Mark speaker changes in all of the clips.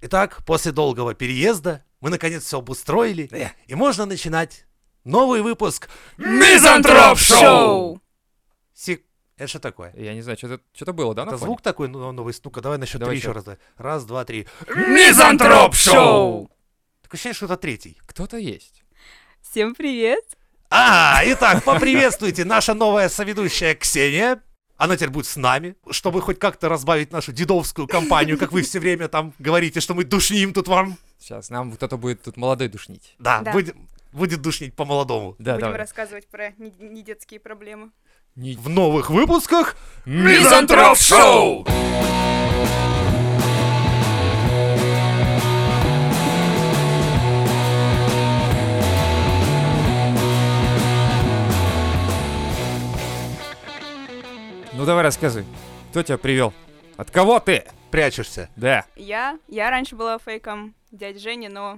Speaker 1: Итак, после долгого переезда мы наконец все обустроили,
Speaker 2: Э.
Speaker 1: и можно начинать новый выпуск
Speaker 2: Мизантроп Шоу!
Speaker 1: Сик... Это что такое?
Speaker 3: Я не знаю, что-то, что-то было, да, на
Speaker 1: Это
Speaker 3: фоне?
Speaker 1: звук такой ну, новый? Ну-ка, давай на счет
Speaker 3: Давай
Speaker 1: три еще
Speaker 3: щас.
Speaker 1: раз. давай. Раз, два, три.
Speaker 2: Мизантроп Шоу!
Speaker 1: Так ощущение, что это третий.
Speaker 3: Кто-то есть.
Speaker 4: Всем привет!
Speaker 1: А, итак, поприветствуйте наша новая соведущая Ксения. Она теперь будет с нами, чтобы хоть как-то разбавить нашу дедовскую компанию, как вы все время там говорите, что мы душним тут вам.
Speaker 3: Сейчас нам кто-то будет тут молодой душнить.
Speaker 1: Да,
Speaker 4: Да.
Speaker 1: будет- будет душнить по-молодому.
Speaker 3: Да,
Speaker 4: Будем
Speaker 3: да.
Speaker 4: рассказывать про не- недетские проблемы.
Speaker 3: Не...
Speaker 1: В новых выпусках
Speaker 2: Мизантроп Шоу!
Speaker 3: Ну давай рассказывай. Кто тебя привел? От кого ты?
Speaker 1: прячешься.
Speaker 3: Да.
Speaker 4: Я, я раньше была фейком дяди Жени, но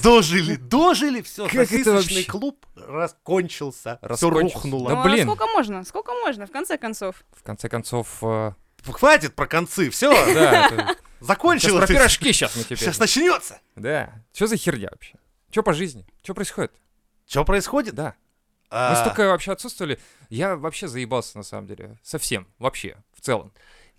Speaker 1: Дожили, дожили, все,
Speaker 3: Как это
Speaker 1: сосисочный
Speaker 3: вообще?
Speaker 1: клуб раскончился, все
Speaker 3: Раскончился.
Speaker 1: рухнуло.
Speaker 3: Да
Speaker 4: ну, а
Speaker 3: блин.
Speaker 4: сколько можно? Сколько можно, в конце концов?
Speaker 3: В конце концов, э,
Speaker 1: Хватит про концы, все,
Speaker 3: да. это- Сейчас про
Speaker 1: закончилось.
Speaker 3: пирожки сейчас мы теперь.
Speaker 1: Сейчас начнется.
Speaker 3: Да. Что за херня вообще? Что по жизни? Что происходит?
Speaker 1: Что происходит?
Speaker 3: Да. Мы
Speaker 1: А,
Speaker 3: столько вообще отсутствовали. Я вообще заебался, на самом деле. Совсем. Вообще. В целом.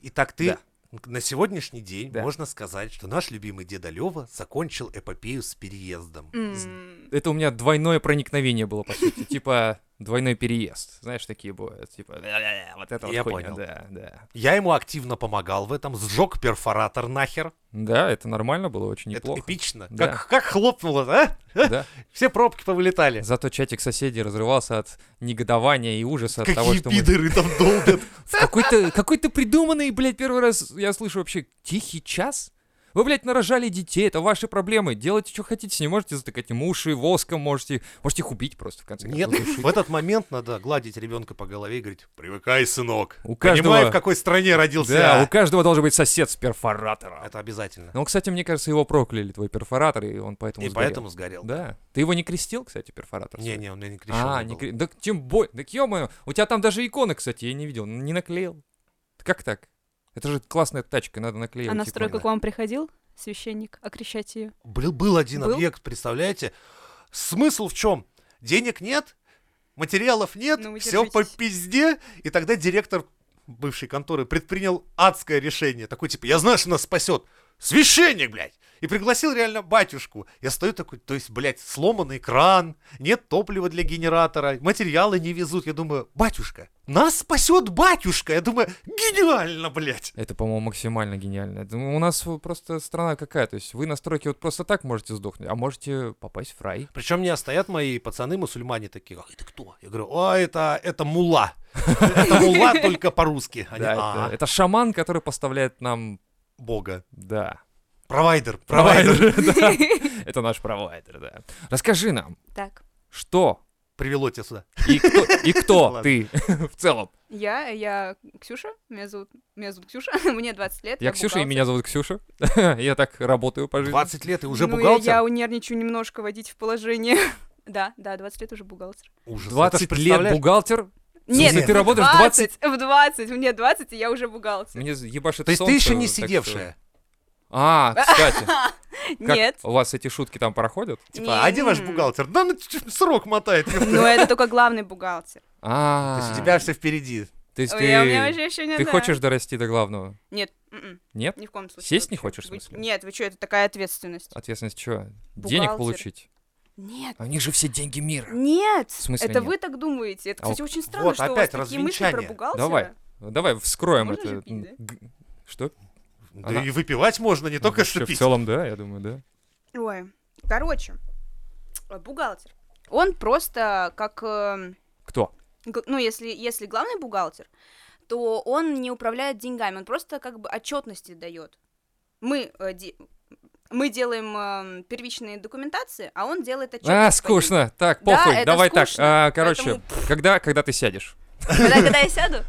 Speaker 1: Итак, ты
Speaker 3: Да.
Speaker 1: на сегодняшний день
Speaker 3: Да.
Speaker 1: можно сказать, что наш любимый деда Лева закончил эпопею с переездом.
Speaker 4: М,
Speaker 3: Это у меня двойное проникновение было, по сути. Типа двойной переезд. Знаешь, такие бывают. Типа, «Ля-ля-ля», вот это вот
Speaker 1: Я
Speaker 3: хуйня.
Speaker 1: понял.
Speaker 3: Да, да.
Speaker 1: Я ему активно помогал в этом, сжег перфоратор нахер.
Speaker 3: Да, это нормально было, очень неплохо.
Speaker 1: Это эпично.
Speaker 3: Да.
Speaker 1: Как, как хлопнуло, а?
Speaker 3: Да.
Speaker 1: Все пробки повылетали.
Speaker 3: Зато чатик соседей разрывался от негодования и ужаса от того,
Speaker 1: Какие
Speaker 3: что мы...
Speaker 1: пидоры там долбят.
Speaker 3: В Какой-то какой-то придуманный, блядь, первый раз я слышу вообще тихий час? Вы, блядь, нарожали детей, это ваши проблемы. Делайте, что хотите, не можете затыкать им уши, воском можете... Можете их убить просто, в конце
Speaker 1: Нет,
Speaker 3: концов. задушить.
Speaker 1: в этот момент надо гладить ребенка по голове и говорить, привыкай, сынок.
Speaker 3: У
Speaker 1: Понимаю,
Speaker 3: каждого-
Speaker 1: в какой стране родился.
Speaker 3: Да,
Speaker 1: а?»
Speaker 3: у каждого должен быть сосед с перфоратором.
Speaker 1: Это обязательно.
Speaker 3: Ну, кстати, мне кажется, его прокляли, твой перфоратор, и он поэтому
Speaker 1: и
Speaker 3: сгорел.
Speaker 1: поэтому сгорел.
Speaker 3: Да. Ты его не крестил, кстати, перфоратор? свой?
Speaker 1: Не-не, он меня не крещен.
Speaker 3: А, не крестил. Да тем более. Так ё у тебя там даже иконы, кстати, я не видел. Не наклеил. Как так? Это же классная тачка, надо наклеивать.
Speaker 4: а на стройку
Speaker 3: иконы.
Speaker 4: к вам приходил священник окрещать ее?
Speaker 1: Был, был один
Speaker 4: Был?
Speaker 1: объект, представляете? Смысл в чем? Денег нет, материалов нет,
Speaker 4: Ну, вы
Speaker 1: все по
Speaker 4: держитесь.
Speaker 1: пизде. И тогда директор бывшей конторы предпринял адское решение. Такой, типа, я знаю, что нас спасет. Священник, блядь! И пригласил реально батюшку. Я стою такой, то есть, блядь, сломанный кран, нет топлива для генератора, материалы не везут. Я думаю, батюшка, нас спасет батюшка! Я думаю, гениально, блядь!
Speaker 3: Это, по-моему, максимально гениально. Это, ну, у нас э, просто страна какая. То есть вы на стройке вот просто так можете сдохнуть, а можете попасть в рай.
Speaker 1: Причем меня стоят мои пацаны, мусульмане такие, «А это кто? Я говорю, а это, это мула. Это мула только по-русски. Они,
Speaker 3: Да, это-
Speaker 1: «А,
Speaker 3: это, шаман, который поставляет нам...
Speaker 1: бога.
Speaker 3: Да.
Speaker 1: Провайдер, провайдер.
Speaker 3: да. Это наш провайдер, да. Расскажи нам,
Speaker 4: Так.
Speaker 3: что
Speaker 1: Привело тебя сюда.
Speaker 3: и кто, и кто
Speaker 1: Ладно.
Speaker 3: ты в целом?
Speaker 4: Я, я Ксюша, меня зовут, меня зовут Ксюша, мне 20 лет.
Speaker 3: Я Ксюша, и
Speaker 4: бухгалтер.
Speaker 3: меня зовут Ксюша. Я так работаю по жизни.
Speaker 1: 20 лет и уже
Speaker 4: ну, я-
Speaker 1: бухгалтер?
Speaker 4: Я, нервничаю немножко водить в положение. да, да, 20 лет уже бухгалтер.
Speaker 1: Ужас.
Speaker 3: 20
Speaker 1: Ты
Speaker 3: лет
Speaker 1: представляешь?
Speaker 3: бухгалтер.
Speaker 4: Нет,
Speaker 1: смысле,
Speaker 3: ты работаешь в
Speaker 4: 20? В 20, мне 20, и я уже бухгалтер.
Speaker 3: Мне ебашит
Speaker 1: То есть ты
Speaker 3: солнце,
Speaker 1: еще не
Speaker 3: так что-
Speaker 1: сидевшая?
Speaker 3: А, кстати. как
Speaker 4: Нет.
Speaker 3: У вас эти шутки там проходят?
Speaker 4: Не.
Speaker 1: Типа, а где ваш бухгалтер? Да ну, ч- срок мотает. ёпта».
Speaker 4: Ну, это только главный бухгалтер.
Speaker 3: А,
Speaker 1: То есть у тебя все впереди.
Speaker 3: то есть
Speaker 4: Ой,
Speaker 3: ты,
Speaker 4: а у меня вообще еще не
Speaker 3: ты
Speaker 4: да.
Speaker 3: хочешь дорасти до главного?
Speaker 4: Нет, м-м,
Speaker 3: Нет?
Speaker 4: ни в коем случае.
Speaker 3: Сесть не
Speaker 4: вообще.
Speaker 3: хочешь, в
Speaker 4: Вы-
Speaker 3: смысле?
Speaker 4: Нет, вы что, это такая ответственность.
Speaker 3: Ответственность чего?
Speaker 4: Бухгалтер.
Speaker 3: Денег получить?
Speaker 4: Нет.
Speaker 3: А у них же все деньги мира.
Speaker 4: Нет.
Speaker 3: смысле
Speaker 4: это
Speaker 3: нет?
Speaker 4: вы так думаете. Это,
Speaker 3: А у-
Speaker 4: кстати, очень странно,
Speaker 1: Вот
Speaker 4: что у вас
Speaker 1: опять
Speaker 4: такие мысли про
Speaker 1: развенчание.
Speaker 4: бухгалтера.
Speaker 3: Давай. Давай вскроем
Speaker 4: Можно же
Speaker 3: это.
Speaker 4: пить, да?
Speaker 3: Г- Что?
Speaker 1: Да
Speaker 3: Она- Ну,
Speaker 1: и выпивать можно, не только
Speaker 3: Вообще,
Speaker 1: что
Speaker 3: В
Speaker 1: пить.
Speaker 3: целом, да, я думаю, да.
Speaker 4: Ой, короче, э, бухгалтер. Он просто как, эм,
Speaker 3: Кто?
Speaker 4: г- ну, если, если главный бухгалтер, то он не управляет деньгами, он просто как бы отчетности дает. Мы, э, де- мы делаем эм, первичные документации, а он делает отчетность.
Speaker 3: А, скучно. Так,
Speaker 4: Да,
Speaker 3: похуй.
Speaker 4: это
Speaker 3: Давай так.
Speaker 4: скучно,
Speaker 3: а, короче, когда, когда ты сядешь?
Speaker 4: Когда, когда я сяду?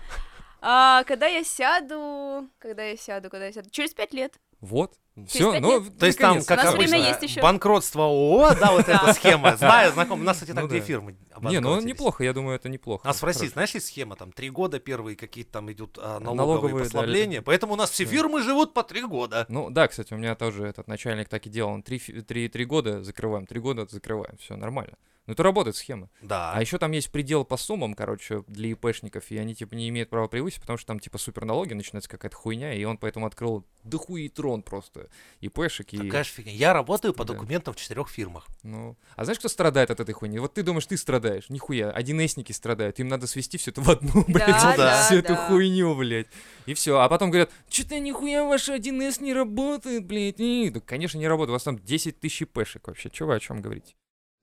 Speaker 4: А, когда я сяду, когда я сяду, когда я сяду? Через пять лет.
Speaker 3: Вот.
Speaker 4: Через
Speaker 3: Все,
Speaker 4: пять
Speaker 3: ну,
Speaker 4: лет.
Speaker 1: То есть там,
Speaker 3: наконец-то.
Speaker 1: как
Speaker 4: У нас
Speaker 1: обычно,
Speaker 4: время есть еще.
Speaker 1: банкротство ООО, да, вот эта схема. Знаю, знаком. У нас, кстати, так
Speaker 3: Ну
Speaker 1: две
Speaker 3: да.
Speaker 1: фирмы
Speaker 3: Не, ну
Speaker 1: обанкротились.
Speaker 3: неплохо, я думаю, это неплохо.
Speaker 1: У нас в России,
Speaker 3: Хорошо.
Speaker 1: знаешь, есть схема, там, три года первые какие-то там идут а, налоговые,
Speaker 3: Налоговые, да,
Speaker 1: послабления, поэтому у нас все
Speaker 3: Да.
Speaker 1: фирмы живут по три года.
Speaker 3: Ну да, кстати, у меня тоже этот начальник так и делал. Он три, фи- три, три года закрываем, три года закрываем, все нормально. Ну это работает схема.
Speaker 1: Да.
Speaker 3: А еще там есть предел по суммам, короче, для ИПшников, и они типа не имеют права превысить, потому что там типа суперналоги, начинается какая-то хуйня, и он поэтому открыл дохуи трон просто. ИПшек и...
Speaker 1: Такая же фигня. Я работаю по
Speaker 3: Да.
Speaker 1: документам в четырех фирмах.
Speaker 3: Ну, а знаешь, кто страдает от этой хуйни? Вот ты думаешь, ты страдаешь. Нихуя, 1С-ники страдают. Им надо свести все это в одну, блядь.
Speaker 1: да,
Speaker 3: всю эту
Speaker 4: да.
Speaker 3: хуйню, блядь. И все. А потом говорят, что-то нихуя ваш 1С не работает, блядь. И, да, конечно, не работает. У вас там 10 тысяч пешек вообще. Чего вы о чем говорите?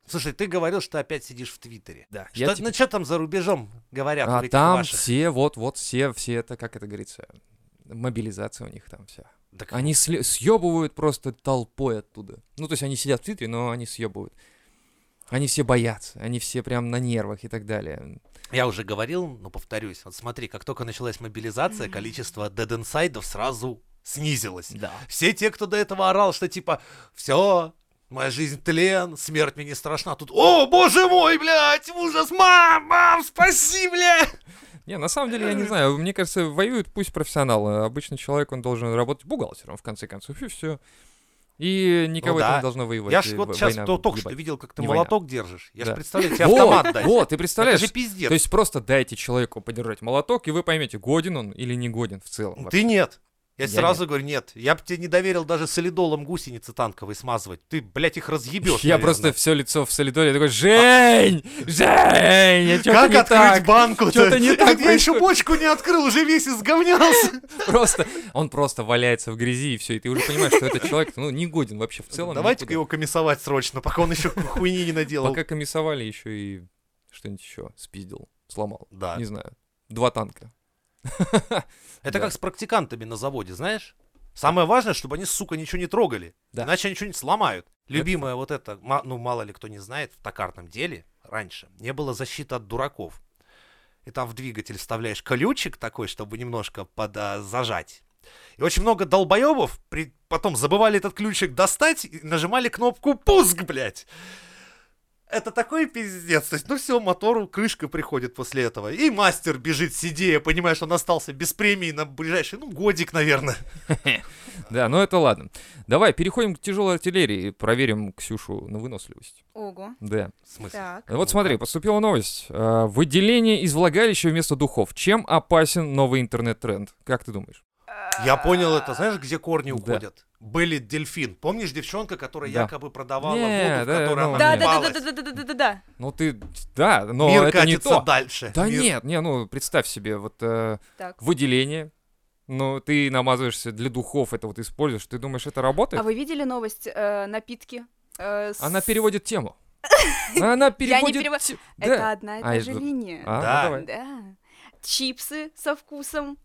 Speaker 1: Слушай, ты говорил, что опять сидишь в Твиттере.
Speaker 3: Да.
Speaker 1: Что, ну что там за рубежом говорят в
Speaker 3: А
Speaker 1: этих
Speaker 3: там
Speaker 1: ваших?
Speaker 3: все, вот, вот все, все это, как это говорится, мобилизация у них там вся.
Speaker 1: Так
Speaker 3: Они сле- съебывают просто толпой оттуда. Ну, то есть они сидят в Твиттере, но они съебывают. Они все боятся, они все прям на нервах и так далее.
Speaker 1: Я уже говорил, но повторюсь. Вот смотри, как только началась мобилизация, количество Dead Инсайдов сразу снизилось.
Speaker 3: Да.
Speaker 1: Все те, кто до этого орал, что типа «Все, моя жизнь тлен, смерть мне не страшна». а Тут «О, боже мой, блядь, ужас, мам, мам, спаси, блядь!»
Speaker 3: Не, на самом деле, я не знаю, мне кажется, воюют пусть профессионалы. Обычный человек, он должен работать бухгалтером, в конце концов, и все. И никого это
Speaker 1: Ну да.
Speaker 3: не должно воевать.
Speaker 1: Я ж
Speaker 3: и
Speaker 1: вот
Speaker 3: в-
Speaker 1: сейчас
Speaker 3: война
Speaker 1: только что
Speaker 3: ебать.
Speaker 1: видел, как ты
Speaker 3: Не
Speaker 1: молоток держишь. Я
Speaker 3: Да.
Speaker 1: же представляю, тебе
Speaker 3: Вот,
Speaker 1: автомат дать.
Speaker 3: вот, ты
Speaker 1: Это
Speaker 3: представляешь?
Speaker 1: же пиздец.
Speaker 3: То есть просто дайте человеку подержать молоток, и вы поймете, годен он или не годен в целом.
Speaker 1: Ты нет. Я,
Speaker 3: Я
Speaker 1: сразу говорю, нет, я бы тебе не доверил даже солидолом гусеницы танковой смазывать. Ты, блядь, их разъебешь.
Speaker 3: Я просто все лицо в солидоре такой, Жень, Жень,
Speaker 1: Как
Speaker 3: я что-то не
Speaker 1: открыть
Speaker 3: так.
Speaker 1: банку?
Speaker 3: Чё-то не так
Speaker 1: Я еще
Speaker 3: происходит.
Speaker 1: бочку не открыл, уже весь изговнялся.
Speaker 3: Просто, он просто валяется в грязи и все, и ты уже понимаешь, что этот человек, ну, не годен вообще в целом.
Speaker 1: Давайте-ка
Speaker 3: никуда.
Speaker 1: его комиссовать срочно, пока он еще хуйни не наделал.
Speaker 3: Пока комиссовали, еще и что-нибудь еще спиздил, сломал.
Speaker 1: Да.
Speaker 3: Не знаю. Два танка.
Speaker 1: Это
Speaker 3: Да.
Speaker 1: как с практикантами на заводе, знаешь? Самое важное, чтобы они, сука, ничего не трогали.
Speaker 3: Да.
Speaker 1: Иначе они что-нибудь сломают. Любимое вот это, ма- ну, мало ли кто не знает, в токарном деле раньше не было защиты от дураков. И там в двигатель вставляешь колючек такой, чтобы немножко подзажать. И очень много долбоебов при... потом забывали этот ключик достать и нажимали кнопку «Пуск», блядь. Это такой пиздец. То есть, ну все, мотору крышка приходит после этого. И мастер бежит сидея, понимаешь, он остался без премии на ближайший, ну, годик, наверное.
Speaker 3: Да, ну это ладно. Давай, переходим к тяжелой артиллерии и проверим Ксюшу на выносливость.
Speaker 4: Ого.
Speaker 3: Да.
Speaker 1: В смысле?
Speaker 4: Так.
Speaker 3: Вот смотри, поступила новость. А, Выделение из влагалища вместо духов. Чем опасен новый интернет-тренд? Как ты думаешь?
Speaker 1: Я понял это, знаешь, где корни
Speaker 3: Да.
Speaker 1: уходят? Были дельфин. Помнишь девчонка, которая
Speaker 3: Да.
Speaker 1: якобы продавала
Speaker 3: Не,
Speaker 1: воду, в
Speaker 3: да,
Speaker 1: которой
Speaker 3: ну,
Speaker 1: она
Speaker 4: Да,
Speaker 3: Мне
Speaker 4: да, да,
Speaker 1: купалась?
Speaker 4: да, да, да, да, да, да, да.
Speaker 3: Ну ты, да, но
Speaker 1: Мир
Speaker 3: это не
Speaker 1: катится
Speaker 3: то.
Speaker 1: дальше.
Speaker 3: Да
Speaker 1: Мир-
Speaker 3: нет, не, ну представь себе, вот э,
Speaker 4: Так.
Speaker 3: выделение, ну ты намазываешься для духов, это вот используешь, ты думаешь, это работает?
Speaker 4: А вы видели новость э, напитки? Э, с-
Speaker 3: Она переводит тему. Она переводит...
Speaker 4: перево-
Speaker 3: те-
Speaker 4: Это
Speaker 3: Да.
Speaker 4: одна и
Speaker 3: А,
Speaker 4: та
Speaker 3: я
Speaker 4: же
Speaker 3: жду.
Speaker 4: линия.
Speaker 3: А, ну
Speaker 1: Да.
Speaker 3: давай.
Speaker 4: Да. Чипсы со вкусом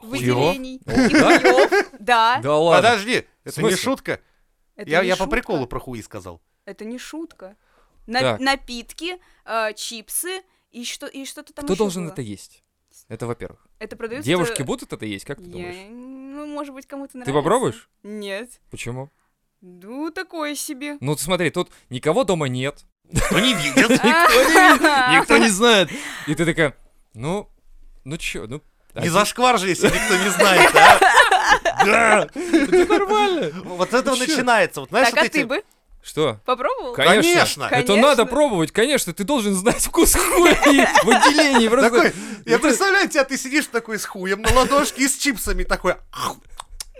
Speaker 3: Чего?
Speaker 4: выделений.
Speaker 3: О,
Speaker 4: и
Speaker 3: да?
Speaker 4: хуёв. Да.
Speaker 3: Да ладно.
Speaker 1: Подожди, это не
Speaker 3: смысле?
Speaker 1: шутка.
Speaker 4: Это
Speaker 1: Я
Speaker 4: не
Speaker 1: я по
Speaker 4: шутка.
Speaker 1: приколу про хуи сказал.
Speaker 4: Это не шутка. На-
Speaker 3: Так.
Speaker 4: Напитки, э, чипсы и что и что-то там
Speaker 3: Кто
Speaker 4: ещё
Speaker 3: должен
Speaker 4: было.
Speaker 3: это есть? Это во-первых.
Speaker 4: Это продается...
Speaker 3: Девушки будут это есть, как ты
Speaker 4: Я-
Speaker 3: думаешь?
Speaker 4: Ну, может быть, кому-то нравится.
Speaker 3: Ты попробуешь?
Speaker 4: Нет.
Speaker 3: Почему?
Speaker 4: Ну, такое себе.
Speaker 3: Ну, смотри, тут никого дома нет,
Speaker 1: Ну не видит.
Speaker 3: никто не знает. И ты такая, ну, ну чё, ну...
Speaker 1: Не
Speaker 3: один-
Speaker 1: зашквар же, если никто не знает, а? Да.
Speaker 3: Это ну нормально.
Speaker 1: Вот с этого
Speaker 3: Чё?
Speaker 1: начинается. Вот знаешь,
Speaker 4: Так,
Speaker 1: вот
Speaker 4: а
Speaker 1: эти...
Speaker 4: ты бы
Speaker 3: Что?
Speaker 4: попробовал?
Speaker 1: Конечно.
Speaker 3: Это надо пробовать, конечно, ты должен знать вкус хуя и выделений.
Speaker 1: Такой,
Speaker 3: Просто...
Speaker 1: я
Speaker 3: это-
Speaker 1: представляю тебя, ты сидишь такой с хуем на ладошке и с чипсами такой. «Ах».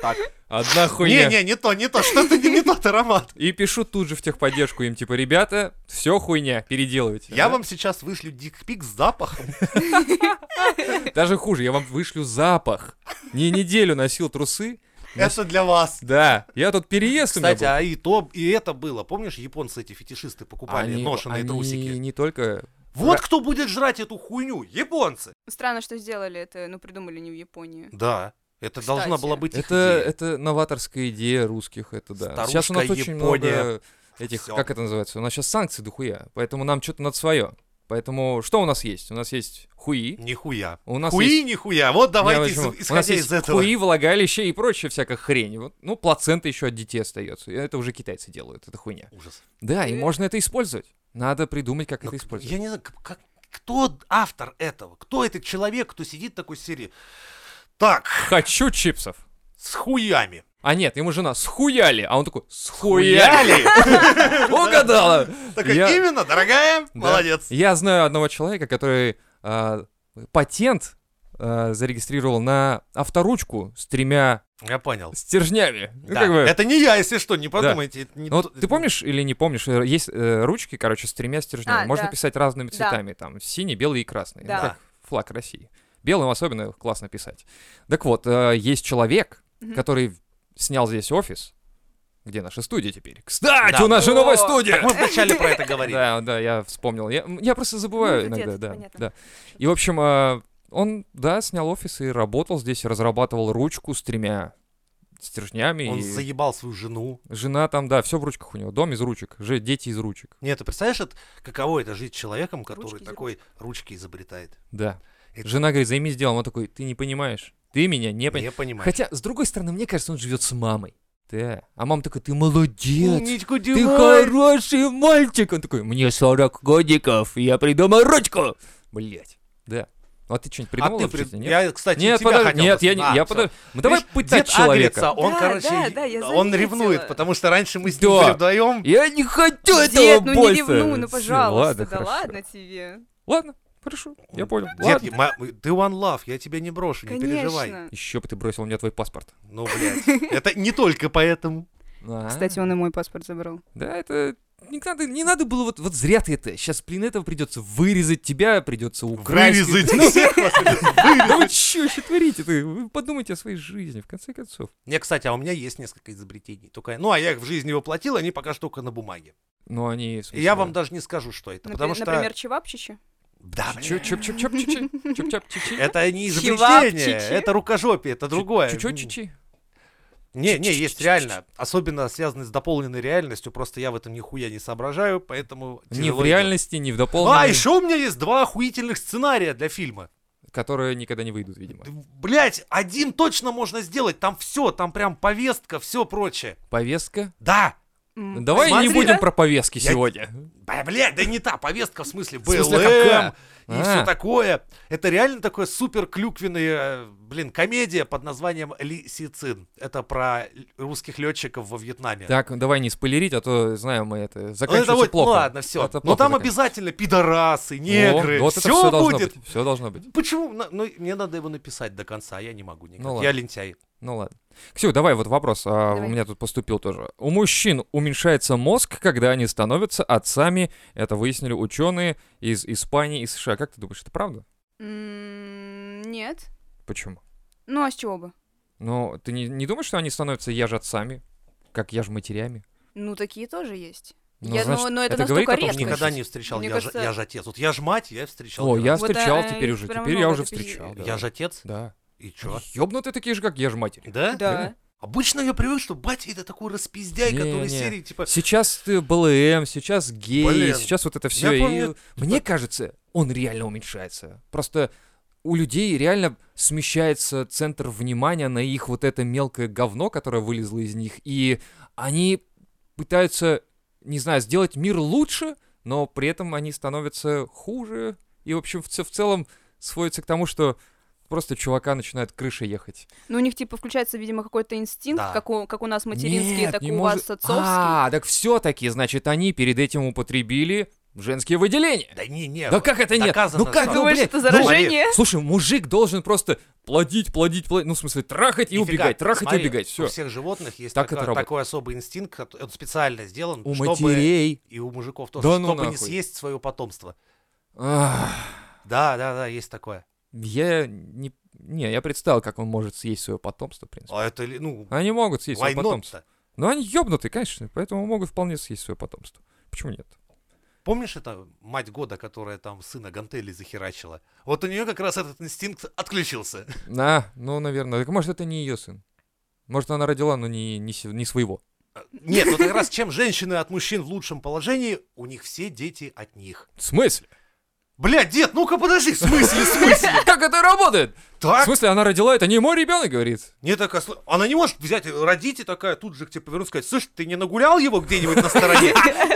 Speaker 1: Так.
Speaker 3: Одна хуйня.
Speaker 1: Не-не, не то, не то, что-то не не тот аромат.
Speaker 3: И пишу тут же в техподдержку им, типа, ребята, все хуйня, переделывайте.
Speaker 1: Я
Speaker 3: Да?
Speaker 1: вам сейчас вышлю дикпик с запахом.
Speaker 3: Даже хуже, я вам вышлю запах. Не неделю носил трусы.
Speaker 1: Это для вас.
Speaker 3: Да, я тут переезд у меня
Speaker 1: Ну, Кстати, а и то, и это было. Помнишь, японцы эти фетишисты
Speaker 3: был.
Speaker 1: покупали
Speaker 3: Они-
Speaker 1: ношеные
Speaker 3: они
Speaker 1: трусики?
Speaker 3: не только...
Speaker 1: Вот кто будет жрать эту хуйню, японцы.
Speaker 4: Странно, что сделали это, ну, придумали не в Японии.
Speaker 1: Да, это
Speaker 4: Кстати.
Speaker 1: должна была быть их
Speaker 3: Это,
Speaker 1: идея.
Speaker 3: это новаторская идея русских, это да. сейчас у нас
Speaker 1: Старушка
Speaker 3: очень
Speaker 1: Япония.
Speaker 3: много этих,
Speaker 1: Всё.
Speaker 3: как это называется, у нас сейчас санкции дохуя, поэтому нам что-то надо свое. Поэтому что у нас есть? У нас есть хуи.
Speaker 1: Нихуя.
Speaker 3: У нас
Speaker 1: Хуи,
Speaker 3: есть...
Speaker 1: нихуя. Вот давайте,
Speaker 3: Я
Speaker 1: из-
Speaker 3: почему? у нас
Speaker 1: исходя
Speaker 3: есть
Speaker 1: из этого.
Speaker 3: хуи, влагалище и прочая всякая хрень. Вот, ну, плацента еще от детей остается. И Это уже китайцы делают, это хуйня.
Speaker 1: Ужас.
Speaker 3: Да, и
Speaker 4: Э.
Speaker 3: можно это использовать. Надо придумать, как
Speaker 1: Ну,
Speaker 3: это использовать.
Speaker 1: Я не знаю, к- как- кто автор этого? Кто этот человек, кто сидит в такой серии? Так,
Speaker 3: Хочу чипсов.
Speaker 1: с хуями.
Speaker 3: А нет, ему жена схуяли, а он такой схуяли.
Speaker 1: Хуяли?
Speaker 3: Угадала.
Speaker 1: Такая,
Speaker 3: Я-
Speaker 1: именно, дорогая,
Speaker 3: Да.
Speaker 1: молодец.
Speaker 3: Я знаю одного человека, который а, патент а, зарегистрировал на авторучку с тремя
Speaker 1: Я понял.
Speaker 3: стержнями. Ну,
Speaker 1: Да.
Speaker 3: как бы-
Speaker 1: Это не я, если что, не подумайте. это не
Speaker 3: Ну, вот
Speaker 1: то-
Speaker 3: ты помнишь или не помнишь, э, есть э, ручки, короче, с тремя стержнями.
Speaker 4: А,
Speaker 3: Можно
Speaker 4: да.
Speaker 3: писать разными
Speaker 4: Да.
Speaker 3: цветами, там, синий, белый и красный. Ну,
Speaker 4: Да.
Speaker 3: как флаг России. Белым особенно классно писать. Так вот, э, есть человек,
Speaker 4: Мгм.
Speaker 3: который снял здесь офис, где наша студия теперь. Кстати,
Speaker 1: Да.
Speaker 3: у нас же новая
Speaker 4: О.
Speaker 3: студия!
Speaker 1: Мы вначале про это говорили.
Speaker 3: Да, да, я вспомнил. Я, м, я просто забываю
Speaker 4: Ну, это
Speaker 3: иногда,
Speaker 4: детство,
Speaker 3: да,
Speaker 4: понятно.
Speaker 3: да. И, в общем, а, он, да, снял офис и работал здесь, и разрабатывал ручку с тремя стержнями.
Speaker 1: Он
Speaker 3: и
Speaker 1: заебал свою жену.
Speaker 3: Жена там, да, все в ручках у него. Дом из ручек, же дети из ручек.
Speaker 1: Нет, ты представляешь, это- каково это жить с человеком, который
Speaker 4: Ручки из
Speaker 1: такой ручки изобретает?
Speaker 3: Да.
Speaker 1: Это-
Speaker 3: Жена говорит, займись делом. Он такой, ты не понимаешь. Ты меня не понимаешь.
Speaker 1: Не понимаю.
Speaker 3: Хотя, с другой стороны, мне кажется, он живет с мамой. Да. А мама такая, ты молодец.
Speaker 1: Умничку,
Speaker 3: Ты
Speaker 1: Ну, Димон!
Speaker 3: хороший мальчик. Он такой, мне 40 годиков, и я придумал ручку. Блять. Да. А ты что-нибудь
Speaker 1: А
Speaker 3: придумал?
Speaker 1: ты пред-
Speaker 3: Нет,
Speaker 1: Я, кстати,
Speaker 3: нет,
Speaker 1: тебя
Speaker 3: подожди,
Speaker 1: хотел
Speaker 3: нет, я не,
Speaker 1: спросить.
Speaker 3: я
Speaker 1: А, всё.
Speaker 3: подожди. Ну, давай
Speaker 1: Видишь,
Speaker 3: пытать
Speaker 1: дед агрится,
Speaker 3: человека.
Speaker 1: Он,
Speaker 4: Да,
Speaker 1: короче,
Speaker 4: да, да, я
Speaker 1: он
Speaker 4: заметила.
Speaker 1: ревнует, потому что раньше мы с
Speaker 3: Да.
Speaker 1: ним были вдвоем.
Speaker 3: Я не хочу
Speaker 4: Дед,
Speaker 3: этого
Speaker 4: ну
Speaker 3: больше.
Speaker 4: не ревну, ну
Speaker 3: Всё,
Speaker 4: пожалуйста,
Speaker 3: ладно,
Speaker 4: да
Speaker 3: хорошо.
Speaker 4: ладно тебе.
Speaker 3: Ладно, хорошо, я понял.
Speaker 1: Дед, ну,
Speaker 3: ладно.
Speaker 1: ма- ты one love, я тебя не брошу, не переживай.
Speaker 4: Конечно.
Speaker 3: Еще бы ты бросил мне твой паспорт.
Speaker 1: Ну, блядь, это не только поэтому.
Speaker 3: А.
Speaker 4: Кстати, он и мой паспорт забрал.
Speaker 3: Да, это не надо, не надо было вот, вот зря ты это. Сейчас, блин, этого придется вырезать тебя, придется украсть.
Speaker 1: Вырезать
Speaker 3: Ну,
Speaker 1: всех вас.
Speaker 3: Да вы что еще творите? Ты? Вы подумайте о своей жизни, в конце концов.
Speaker 1: Не, кстати, а у меня есть несколько изобретений. Только, ну, а я их в жизни воплотил, они пока что только на бумаге.
Speaker 3: Ну, они... в
Speaker 1: И
Speaker 3: смысле,
Speaker 1: я вам даже не скажу, что это,
Speaker 4: Напри-
Speaker 1: потому что...
Speaker 4: Например, Чевапчичи.
Speaker 1: Да,
Speaker 3: Чё-
Speaker 1: блядь,
Speaker 3: чё- чё- чё- чё- чё- чё- чё- чё- чё-
Speaker 1: это не
Speaker 4: Чевапчичи.
Speaker 1: изобретение, это рукожопие, это другое.
Speaker 3: чё- чё-
Speaker 1: М.
Speaker 3: чё- чё-
Speaker 1: Не, не, есть реально. Особенно связанные с дополненной реальностью. Просто я в этом нихуя не соображаю, поэтому...
Speaker 3: Ни
Speaker 1: тяжело
Speaker 3: в
Speaker 1: идёт.
Speaker 3: реальности, ни в дополненной,
Speaker 1: А, еще у меня есть два охуительных сценария для фильма.
Speaker 3: которые никогда не выйдут, видимо.
Speaker 1: Блять, один точно можно сделать. Там все, там прям повестка, все прочее.
Speaker 3: Повестка?
Speaker 1: Да!
Speaker 4: М.
Speaker 3: Ну, Давай не
Speaker 1: смотри,
Speaker 3: будем
Speaker 4: да?
Speaker 3: про повестки
Speaker 1: Я-
Speaker 3: сегодня.
Speaker 1: Блять, да не та повестка, в смысле, БЛМ
Speaker 3: смысле, какая?
Speaker 1: и
Speaker 3: А.
Speaker 1: все такое. Это реально такое супер клюквенная, блин, комедия под названием Лисицин. Это про л- русских летчиков во Вьетнаме.
Speaker 3: Так, давай не спойлерить, а то знаем мы это.
Speaker 1: Ну, это
Speaker 3: Заканчивается
Speaker 1: вот,
Speaker 3: плохо.
Speaker 1: ну ладно, все.
Speaker 3: Это
Speaker 1: Но
Speaker 3: плохо
Speaker 1: там
Speaker 3: заканчивается.
Speaker 1: обязательно пидорасы, негры,
Speaker 3: О, Ну, вот это
Speaker 1: все,
Speaker 3: все должно
Speaker 1: будет.
Speaker 3: Быть, все должно быть.
Speaker 1: Почему? На- Ну, мне надо его написать до конца, а я не могу никак.
Speaker 3: Ну
Speaker 1: я
Speaker 3: ладно.
Speaker 1: лентяй.
Speaker 3: Ну ладно. Ксю, давай вот вопрос. а,
Speaker 4: Давай.
Speaker 3: У меня тут поступил тоже. У мужчин уменьшается мозг, когда они становятся отцами. Это выяснили ученые из Испании и США. Как ты думаешь, это правда?
Speaker 4: М, Нет.
Speaker 3: Почему?
Speaker 4: Ну а с чего бы?
Speaker 3: Ну, ты не, не думаешь, что они становятся я же отцами, как я же матерями?
Speaker 4: Ну такие тоже есть.
Speaker 3: Ну,
Speaker 4: Я-
Speaker 3: значит,
Speaker 4: но это
Speaker 3: говорит
Speaker 4: настолько
Speaker 3: о том,
Speaker 4: редко.
Speaker 3: что-
Speaker 1: Никогда не встречал.
Speaker 4: Мне
Speaker 1: Я,
Speaker 4: кажется-
Speaker 1: же, я же отец. Вот я же мать, я встречал.
Speaker 3: О,
Speaker 1: ни
Speaker 3: я
Speaker 1: разу.
Speaker 4: Вот,
Speaker 3: встречал
Speaker 4: а,
Speaker 3: теперь
Speaker 4: их
Speaker 3: уже.
Speaker 4: прям
Speaker 3: Теперь я
Speaker 4: много,
Speaker 3: уже
Speaker 4: это пиздец.
Speaker 3: встречал. да.
Speaker 1: Я же отец.
Speaker 3: Да.
Speaker 1: И чё?
Speaker 3: Ёбнутые такие же, как я же матери.
Speaker 1: Да?
Speaker 4: Да.
Speaker 1: Обычно я привык, что батя это такой распиздяй,
Speaker 3: Не,
Speaker 1: который
Speaker 3: не.
Speaker 1: серии типа...
Speaker 3: Сейчас ты БЛМ, сейчас гей,
Speaker 1: Блин,
Speaker 3: сейчас вот это все.
Speaker 1: помню, типа
Speaker 3: Мне кажется, он реально уменьшается. Просто у людей реально смещается центр внимания на их вот это мелкое говно, которое вылезло из них, и они пытаются, не знаю, сделать мир лучше, но при этом они становятся хуже. И, в общем, в, ц- в целом сводится к тому, что просто чувака начинает крыша ехать.
Speaker 4: Ну у них типа включается, видимо, какой-то инстинкт,
Speaker 1: Да.
Speaker 4: как у, как у нас материнский,
Speaker 3: Нет,
Speaker 4: так
Speaker 3: не
Speaker 4: у
Speaker 3: может-
Speaker 4: вас отцовский.
Speaker 3: А, так все-таки, значит, они перед этим употребили женские выделения.
Speaker 1: Да не, не.
Speaker 3: Да как это нет?
Speaker 1: доказано,
Speaker 3: ну как,
Speaker 1: что-
Speaker 3: ну,
Speaker 4: Думаешь,
Speaker 3: блядь,
Speaker 4: это
Speaker 3: ну,
Speaker 4: заражение?
Speaker 3: Слушай, мужик должен просто плодить, плодить, плодить, ну, в смысле, трахать и
Speaker 1: Нифига.
Speaker 3: убегать, трахать и
Speaker 1: Смотри,
Speaker 3: убегать, все.
Speaker 1: У всех животных есть
Speaker 3: Так
Speaker 1: такая-
Speaker 3: это работает.
Speaker 1: такой особый инстинкт, кот- он специально сделан,
Speaker 3: У
Speaker 1: чтобы...
Speaker 3: матерей.
Speaker 1: И у мужиков тоже,
Speaker 3: Да ну
Speaker 1: чтобы не
Speaker 3: нахуй.
Speaker 1: съесть свое потомство.
Speaker 3: Ах,
Speaker 1: Да, да, да, есть такое.
Speaker 3: Я не... Не, я представил, как он может съесть свое потомство, в принципе.
Speaker 1: А это, ли- ну,
Speaker 3: Они могут съесть
Speaker 1: why
Speaker 3: свое потомство.
Speaker 1: not-то?
Speaker 3: Но они ёбнутые, конечно, поэтому могут вполне съесть свое потомство. Почему нет?
Speaker 1: Помнишь это мать года, которая там сына гантели захерачила? Вот у нее как раз этот инстинкт отключился.
Speaker 3: На, ну, наверное. Так может, это не ее сын. Может, она родила, но не, не, се- не своего.
Speaker 1: Нет, вот как раз чем женщины от мужчин в лучшем положении, у них все дети от них.
Speaker 3: В смысле?
Speaker 1: Блядь, дед, ну-ка подожди, в смысле, в смысле?
Speaker 3: Как это работает? В
Speaker 1: Так?
Speaker 3: смысле, она родила, это не мой ребенок, говорит.
Speaker 1: Не такая, «Слушай, а она не может взять, родить и такая тут же к тебе повернуться и сказать, слушай, ты не нагулял его где-нибудь на стороне?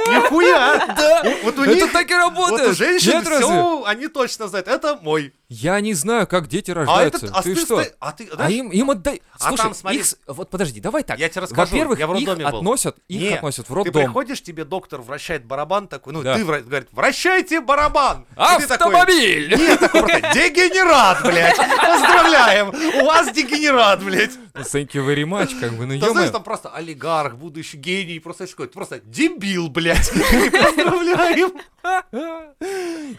Speaker 1: Нихуя!
Speaker 3: Да!
Speaker 1: Ну, Вот у
Speaker 3: Это
Speaker 1: них,
Speaker 3: так и
Speaker 1: вот
Speaker 3: работает.
Speaker 1: у женщин
Speaker 3: Нет, разве?
Speaker 1: все, они точно знают, это мой.
Speaker 3: Я не знаю, как дети
Speaker 1: А этот,
Speaker 3: рождаются.
Speaker 1: а
Speaker 3: Ты
Speaker 1: ты
Speaker 3: что?
Speaker 1: сто- а ты,
Speaker 3: А
Speaker 1: знаешь,
Speaker 3: им, им отдай.
Speaker 1: А
Speaker 3: Слушай,
Speaker 1: там, смотри-
Speaker 3: их с- Вот подожди, давай так.
Speaker 1: Я тебе расскажу,
Speaker 3: Во-первых,
Speaker 1: я в
Speaker 3: их
Speaker 1: роддоме был.
Speaker 3: относят, их
Speaker 1: Не,
Speaker 3: относят в
Speaker 1: ты
Speaker 3: роддом.
Speaker 1: приходишь, тебе доктор вращает барабан такой, ну
Speaker 3: Да.
Speaker 1: ты вра- говорит, вращайте барабан! И ты такой,
Speaker 3: Автомобиль!
Speaker 1: Нет, такой просто, дегенерат, блядь! Поздравляем! У вас дегенерат, блядь!
Speaker 3: Thank you very much, как бы, ну
Speaker 1: Да знаешь,
Speaker 3: ё
Speaker 1: там просто олигарх, будущий гений, просто знаешь, какой-то, просто дебил, блядь. Поздравляем.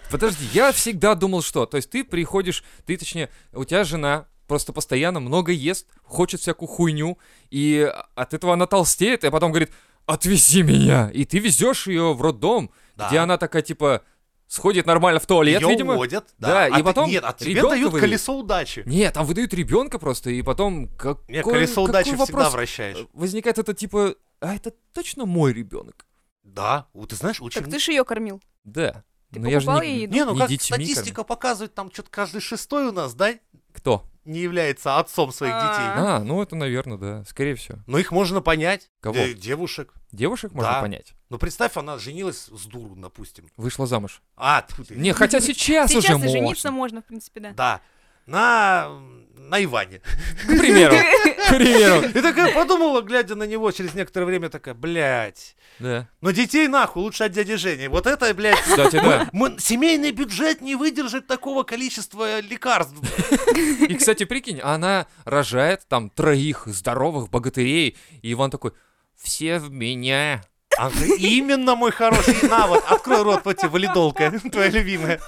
Speaker 3: Подожди, я всегда думал, что... То есть ты приходишь, ты, точнее, у тебя жена просто постоянно много ест, хочет всякую хуйню, и от этого она толстеет, и потом говорит, отвези меня, и ты везешь ее в роддом,
Speaker 1: Да.
Speaker 3: где она такая, типа, сходит нормально в туалет,
Speaker 1: Её
Speaker 3: видимо.
Speaker 1: уводят,
Speaker 3: Да,
Speaker 1: да.
Speaker 3: и
Speaker 1: А ты-
Speaker 3: потом
Speaker 1: Нет, а тебе
Speaker 3: ребёнка
Speaker 1: дают
Speaker 3: выдают.
Speaker 1: колесо удачи.
Speaker 3: Нет, там выдают ребенка просто, и потом какой,
Speaker 1: Нет, колесо удачи
Speaker 3: какой
Speaker 1: всегда
Speaker 3: вопрос
Speaker 1: вращаешь.
Speaker 3: возникает это типа, а это точно мой ребенок?
Speaker 1: Да, вот ты знаешь, очень...
Speaker 4: Так ты же ее кормил.
Speaker 3: Да.
Speaker 4: Ты
Speaker 3: Но я же
Speaker 4: покупал
Speaker 3: не-
Speaker 4: ей еду?
Speaker 1: Не, ну
Speaker 3: не
Speaker 1: как
Speaker 3: детьми
Speaker 1: статистика показывает, там что-то каждый шестой у нас, да,
Speaker 3: Кто?
Speaker 1: не является отцом своих детей.
Speaker 4: А.
Speaker 3: А, ну это, наверное, да. Скорее всего.
Speaker 1: Но их можно понять.
Speaker 3: Кого?
Speaker 1: Э, Девушек.
Speaker 3: Девушек можно
Speaker 1: Да.
Speaker 3: понять.
Speaker 1: Ну представь, она женилась с дуру, допустим.
Speaker 3: Вышла замуж.
Speaker 1: А, тьфу ты.
Speaker 3: Не, хотя сейчас,
Speaker 4: Сейчас
Speaker 3: уже
Speaker 4: и жениться
Speaker 3: А можно.
Speaker 4: можно, в принципе, да.
Speaker 1: Да. На... м, На Иване.
Speaker 3: К примеру. К примеру.
Speaker 1: И такая подумала, глядя на него через некоторое время, такая, блядь,
Speaker 3: Да.
Speaker 1: Но детей нахуй лучше от дяди Жени. Вот это, блядь,
Speaker 3: Кстати, да.
Speaker 1: мы- семейный бюджет не выдержит такого количества лекарств.
Speaker 3: И, кстати, прикинь, она рожает там троих здоровых богатырей, и Иван такой, все в меня.
Speaker 1: А ты именно, мой хороший, на вот, открой рот, вот тебе валидолка, твоя любимая.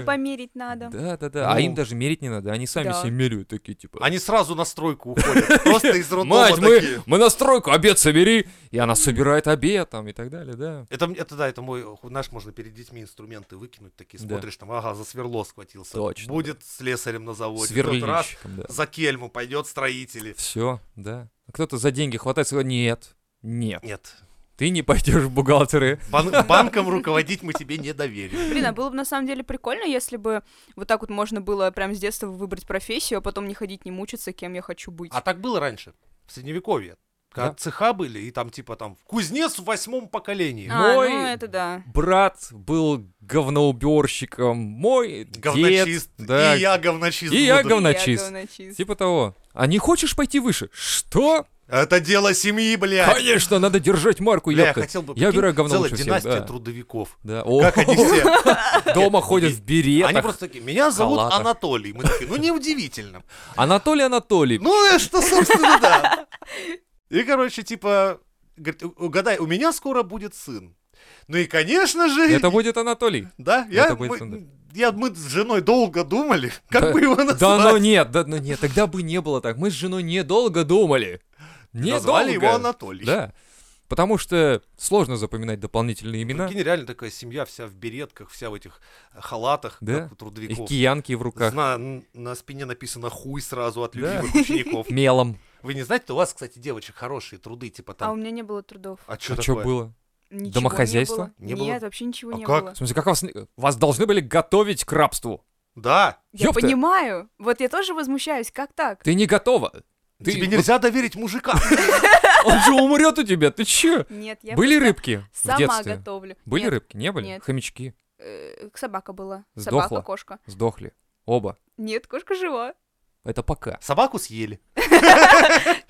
Speaker 3: мой.
Speaker 4: померить надо.
Speaker 3: Да, да, да. А
Speaker 1: Ну.
Speaker 3: им даже мерить не надо, они сами
Speaker 4: Да.
Speaker 3: себе меряют такие, типа.
Speaker 1: Они сразу на стройку уходят, просто из роддома
Speaker 3: Мать, мы,
Speaker 1: такие.
Speaker 3: мы на стройку, обед собери, и она собирает обед там и так далее, да.
Speaker 1: Это, м- это да, это мой, ху- знаешь, можно перед детьми инструменты выкинуть, такие
Speaker 3: Да.
Speaker 1: смотришь, там, ага, за сверло схватился.
Speaker 3: Точно.
Speaker 1: Будет слесарем на заводе. Тот раз
Speaker 3: Сверлильщиком, да.
Speaker 1: за кельму пойдет строители.
Speaker 3: Все, да. А Кто-то за деньги хватается, говорит, нет, нет,
Speaker 1: Нет,
Speaker 3: ты не пойдешь в бухгалтеры.
Speaker 1: бан- банком руководить мы тебе не доверим.
Speaker 4: Блин, а было бы на самом деле прикольно, если бы вот так вот можно было прям с детства выбрать профессию, а потом не ходить, не мучиться, кем я хочу быть.
Speaker 1: А так было раньше, в средневековье. Когда
Speaker 3: Да.
Speaker 1: цеха были, и там типа там кузнец в восьмом поколении.
Speaker 4: А,
Speaker 3: мой-
Speaker 4: ну это да.
Speaker 3: Брат был говноуберщиком, мой
Speaker 1: Говночист.
Speaker 3: дед, да,
Speaker 1: И я говночист.
Speaker 3: И я
Speaker 1: буду.
Speaker 3: гов- Говночист.
Speaker 4: Я говночист.
Speaker 3: типа того. А не хочешь пойти выше? Что?
Speaker 1: Это дело семьи, блядь.
Speaker 3: Конечно, надо держать марку,
Speaker 1: Бля, я
Speaker 3: ёпта.
Speaker 1: хотел бы...
Speaker 3: Я убираю
Speaker 1: прикинь,
Speaker 3: говно
Speaker 1: Целая
Speaker 3: лучше всех,
Speaker 1: династия
Speaker 3: да.
Speaker 1: трудовиков.
Speaker 3: Да. О,
Speaker 1: Как они все?
Speaker 3: дома ходят в беретах.
Speaker 1: Они просто такие, меня зовут
Speaker 3: халатах.
Speaker 1: Анатолий. Мы такие, ну неудивительно.
Speaker 3: Анатолий Анатолий.
Speaker 1: Ну, э, что, собственно, да. И, короче, типа, говорит, «У- угадай, у меня скоро будет сын. Ну и, конечно же,
Speaker 3: Это будет Анатолий.
Speaker 1: да, я,
Speaker 3: это будет
Speaker 1: мы-
Speaker 3: сын,
Speaker 1: я- мы с женой долго думали, как
Speaker 3: Да-
Speaker 1: бы его назвать.
Speaker 3: Да, но нет, да, ну нет, тогда бы не было так. Мы с женой недолго думали.
Speaker 1: Назвали его
Speaker 3: Недолго.
Speaker 1: Анатолий.
Speaker 3: Да. Потому что сложно запоминать дополнительные имена.
Speaker 1: Прикинь, реально такая семья вся в беретках, вся в этих халатах,
Speaker 3: Да.
Speaker 1: как у
Speaker 3: И
Speaker 1: трудовиков.
Speaker 3: киянки в руках.
Speaker 1: На, на спине написано хуй сразу от
Speaker 3: Да.
Speaker 1: любимых учеников.
Speaker 3: Мелом.
Speaker 1: Вы не знаете, у вас, кстати, девочек хорошие труды, типа
Speaker 4: А у
Speaker 1: там.
Speaker 4: меня не было трудов.
Speaker 1: А что
Speaker 3: А что
Speaker 1: такое?
Speaker 3: было?
Speaker 4: Ничего
Speaker 3: Домохозяйство?
Speaker 4: Не
Speaker 1: Не
Speaker 4: было.
Speaker 1: было?
Speaker 4: Нет, вообще ничего
Speaker 1: А
Speaker 4: не
Speaker 1: как?
Speaker 4: было.
Speaker 3: В смысле, как вас... Вас должны были готовить к рабству.
Speaker 1: Да.
Speaker 4: Я
Speaker 3: Ёпта.
Speaker 4: понимаю. Вот я тоже возмущаюсь. Как так?
Speaker 3: Ты не готова. Ты-
Speaker 1: Тебе нельзя доверить мужика.
Speaker 3: Он же умрет у тебя. Ты че?
Speaker 4: Нет, я
Speaker 3: Были
Speaker 4: просто
Speaker 3: рыбки в
Speaker 4: сама
Speaker 3: детстве?
Speaker 4: готовлю.
Speaker 3: Были
Speaker 4: Нет,
Speaker 3: рыбки? Не были?
Speaker 4: нет.
Speaker 3: Хомячки.
Speaker 4: э, собака была.
Speaker 3: Сдохла?
Speaker 4: Собака, кошка.
Speaker 3: Сдохли. Оба.
Speaker 4: Нет, кошка жива.
Speaker 3: Это пока.
Speaker 1: Собаку съели.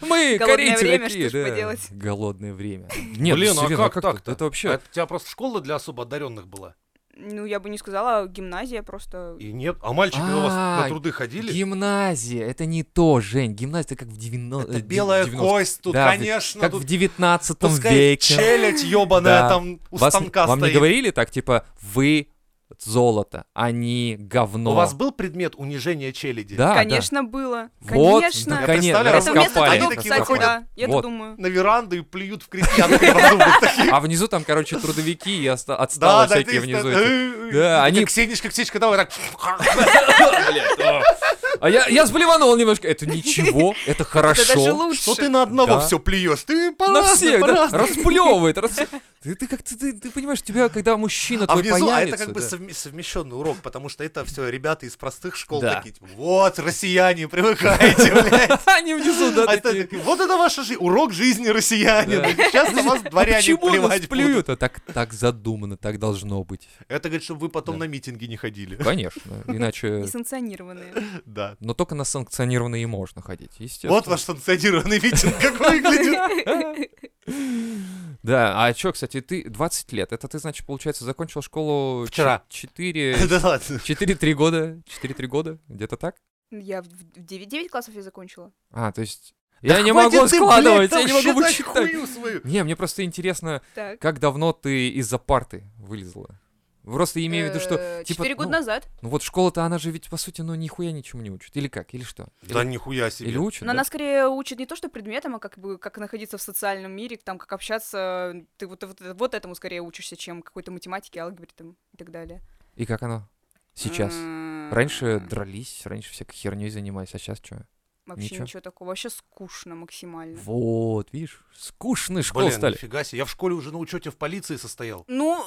Speaker 3: Мы,
Speaker 4: Голодное
Speaker 3: корейцы
Speaker 4: время,
Speaker 3: такие,
Speaker 4: что ж
Speaker 3: да.
Speaker 4: поделать.
Speaker 3: Голодное время. Нет,
Speaker 1: Блин, а
Speaker 3: серьезно,
Speaker 1: как
Speaker 3: так-то?
Speaker 1: так-то?
Speaker 3: Это вообще...
Speaker 1: Это у тебя просто школа для особо одаренных была.
Speaker 4: Ну, я бы не сказала, гимназия просто...
Speaker 1: И нет. А мальчики у вас
Speaker 3: А,
Speaker 1: на труды ходили?
Speaker 3: Гимназия, это не то, Жень. Гимназия, это как в 90
Speaker 1: Это белая кость тут,
Speaker 3: Э, Да, в-
Speaker 1: конечно.
Speaker 3: Как в
Speaker 1: Тут
Speaker 3: 19
Speaker 1: пускай
Speaker 3: веке.
Speaker 1: челядь ебаная
Speaker 3: Да.
Speaker 1: там у
Speaker 3: Вас не-
Speaker 1: станка
Speaker 3: Вам не
Speaker 1: стоит.
Speaker 3: говорили так, типа, вы золото, они говно.
Speaker 1: У вас был предмет унижения челяди?
Speaker 3: Да,
Speaker 4: Конечно, было.
Speaker 3: да. Вот,
Speaker 4: Конечно.
Speaker 1: Я
Speaker 3: наконец,
Speaker 1: представляю, Типа,
Speaker 4: Это вместо
Speaker 3: раскопали.
Speaker 4: того,
Speaker 1: Они такие
Speaker 4: кстати,
Speaker 1: выходят.
Speaker 4: да. Я
Speaker 3: Вот.
Speaker 4: думаю.
Speaker 1: на веранду и плюют в крестьян. как подумают, такие,
Speaker 3: А внизу там, короче, трудовики и оста- отстало
Speaker 1: да,
Speaker 3: всякие
Speaker 1: ты-
Speaker 3: внизу.
Speaker 1: э,
Speaker 3: эти.
Speaker 1: э, э,
Speaker 3: Да,
Speaker 1: как
Speaker 3: они-
Speaker 1: Ксенишка, Ксенишка, давай так.
Speaker 3: Блядь, о. А я, я сблеванул немножко. Это ничего, это хорошо.
Speaker 4: Это даже лучше.
Speaker 1: Что ты на одного
Speaker 3: Да.
Speaker 1: все плюешь? Ты
Speaker 3: На
Speaker 1: по-разному,
Speaker 3: всех, да,
Speaker 1: по-разному.
Speaker 3: расплевывает. рас- Ты, ты как ты, ты, ты понимаешь, тебя, когда мужчина
Speaker 1: А
Speaker 3: твой
Speaker 1: внизу, а
Speaker 3: появится...
Speaker 1: это как бы
Speaker 3: да.
Speaker 1: совмещенный урок, потому что это все ребята из простых школ
Speaker 3: Да.
Speaker 1: такие. типа, Вот, россияне, привыкайте, блядь.
Speaker 3: Они внизу, да,
Speaker 1: А это
Speaker 3: такие.
Speaker 1: такие, Вот это ваша жизнь, урок жизни россиянина. Сейчас на вас дворяне
Speaker 3: «Ну, Почему нас
Speaker 1: плевать будут.
Speaker 3: плюют? А так, так задумано, так должно быть.
Speaker 1: Это говорит, чтобы вы потом
Speaker 3: Да.
Speaker 1: на митинги не ходили.
Speaker 3: Конечно, иначе...
Speaker 4: Несанкционированные.
Speaker 1: Да.
Speaker 3: Но только на санкционированные и можно ходить, естественно.
Speaker 1: Вот ваш санкционированный митинг, как выглядит.
Speaker 3: Да, а чё, кстати, ты 20 лет, это ты, значит, получается, закончил школу...
Speaker 1: Вчера.
Speaker 3: 4...
Speaker 1: Да ладно.
Speaker 3: 4-3 года, 4-3 года, где-то так?
Speaker 4: Я в 9, 9 классов я закончила.
Speaker 3: А, то есть...
Speaker 1: Да
Speaker 3: я не
Speaker 1: хватит
Speaker 3: могу
Speaker 1: ты, блядь,
Speaker 3: складывать,
Speaker 1: там
Speaker 3: я не могу
Speaker 1: считать
Speaker 3: вычитать.
Speaker 1: хуйню свою.
Speaker 3: Не, мне просто интересно,
Speaker 4: Так.
Speaker 3: как давно ты из-за парты вылезла? Просто имею в виду, что,
Speaker 4: Э,
Speaker 3: типа,
Speaker 4: Четыре года
Speaker 3: ну,
Speaker 4: назад.
Speaker 3: ну вот школа-то, она же ведь, по сути, ну нихуя ничему не учит. Или как? Или что?
Speaker 1: Да
Speaker 3: или,
Speaker 1: нихуя
Speaker 3: или
Speaker 1: себе.
Speaker 3: учит,
Speaker 4: Но
Speaker 3: да?
Speaker 4: она скорее учит не то, что предметам, а как бы как находиться в социальном мире, там как общаться. Ты вот, вот, вот этому скорее учишься, чем какой-то математике, алгебре там и так далее.
Speaker 3: И как оно сейчас?
Speaker 4: М,
Speaker 3: Раньше дрались, раньше всякой херней занимались, а сейчас что?
Speaker 4: Вообще
Speaker 3: ничего.
Speaker 4: ничего. такого. Вообще скучно максимально.
Speaker 3: Вот, видишь, скучные школы
Speaker 1: Блин,
Speaker 3: стали.
Speaker 1: нифига себе. Я в школе уже на учете в полиции состоял.
Speaker 4: Ну,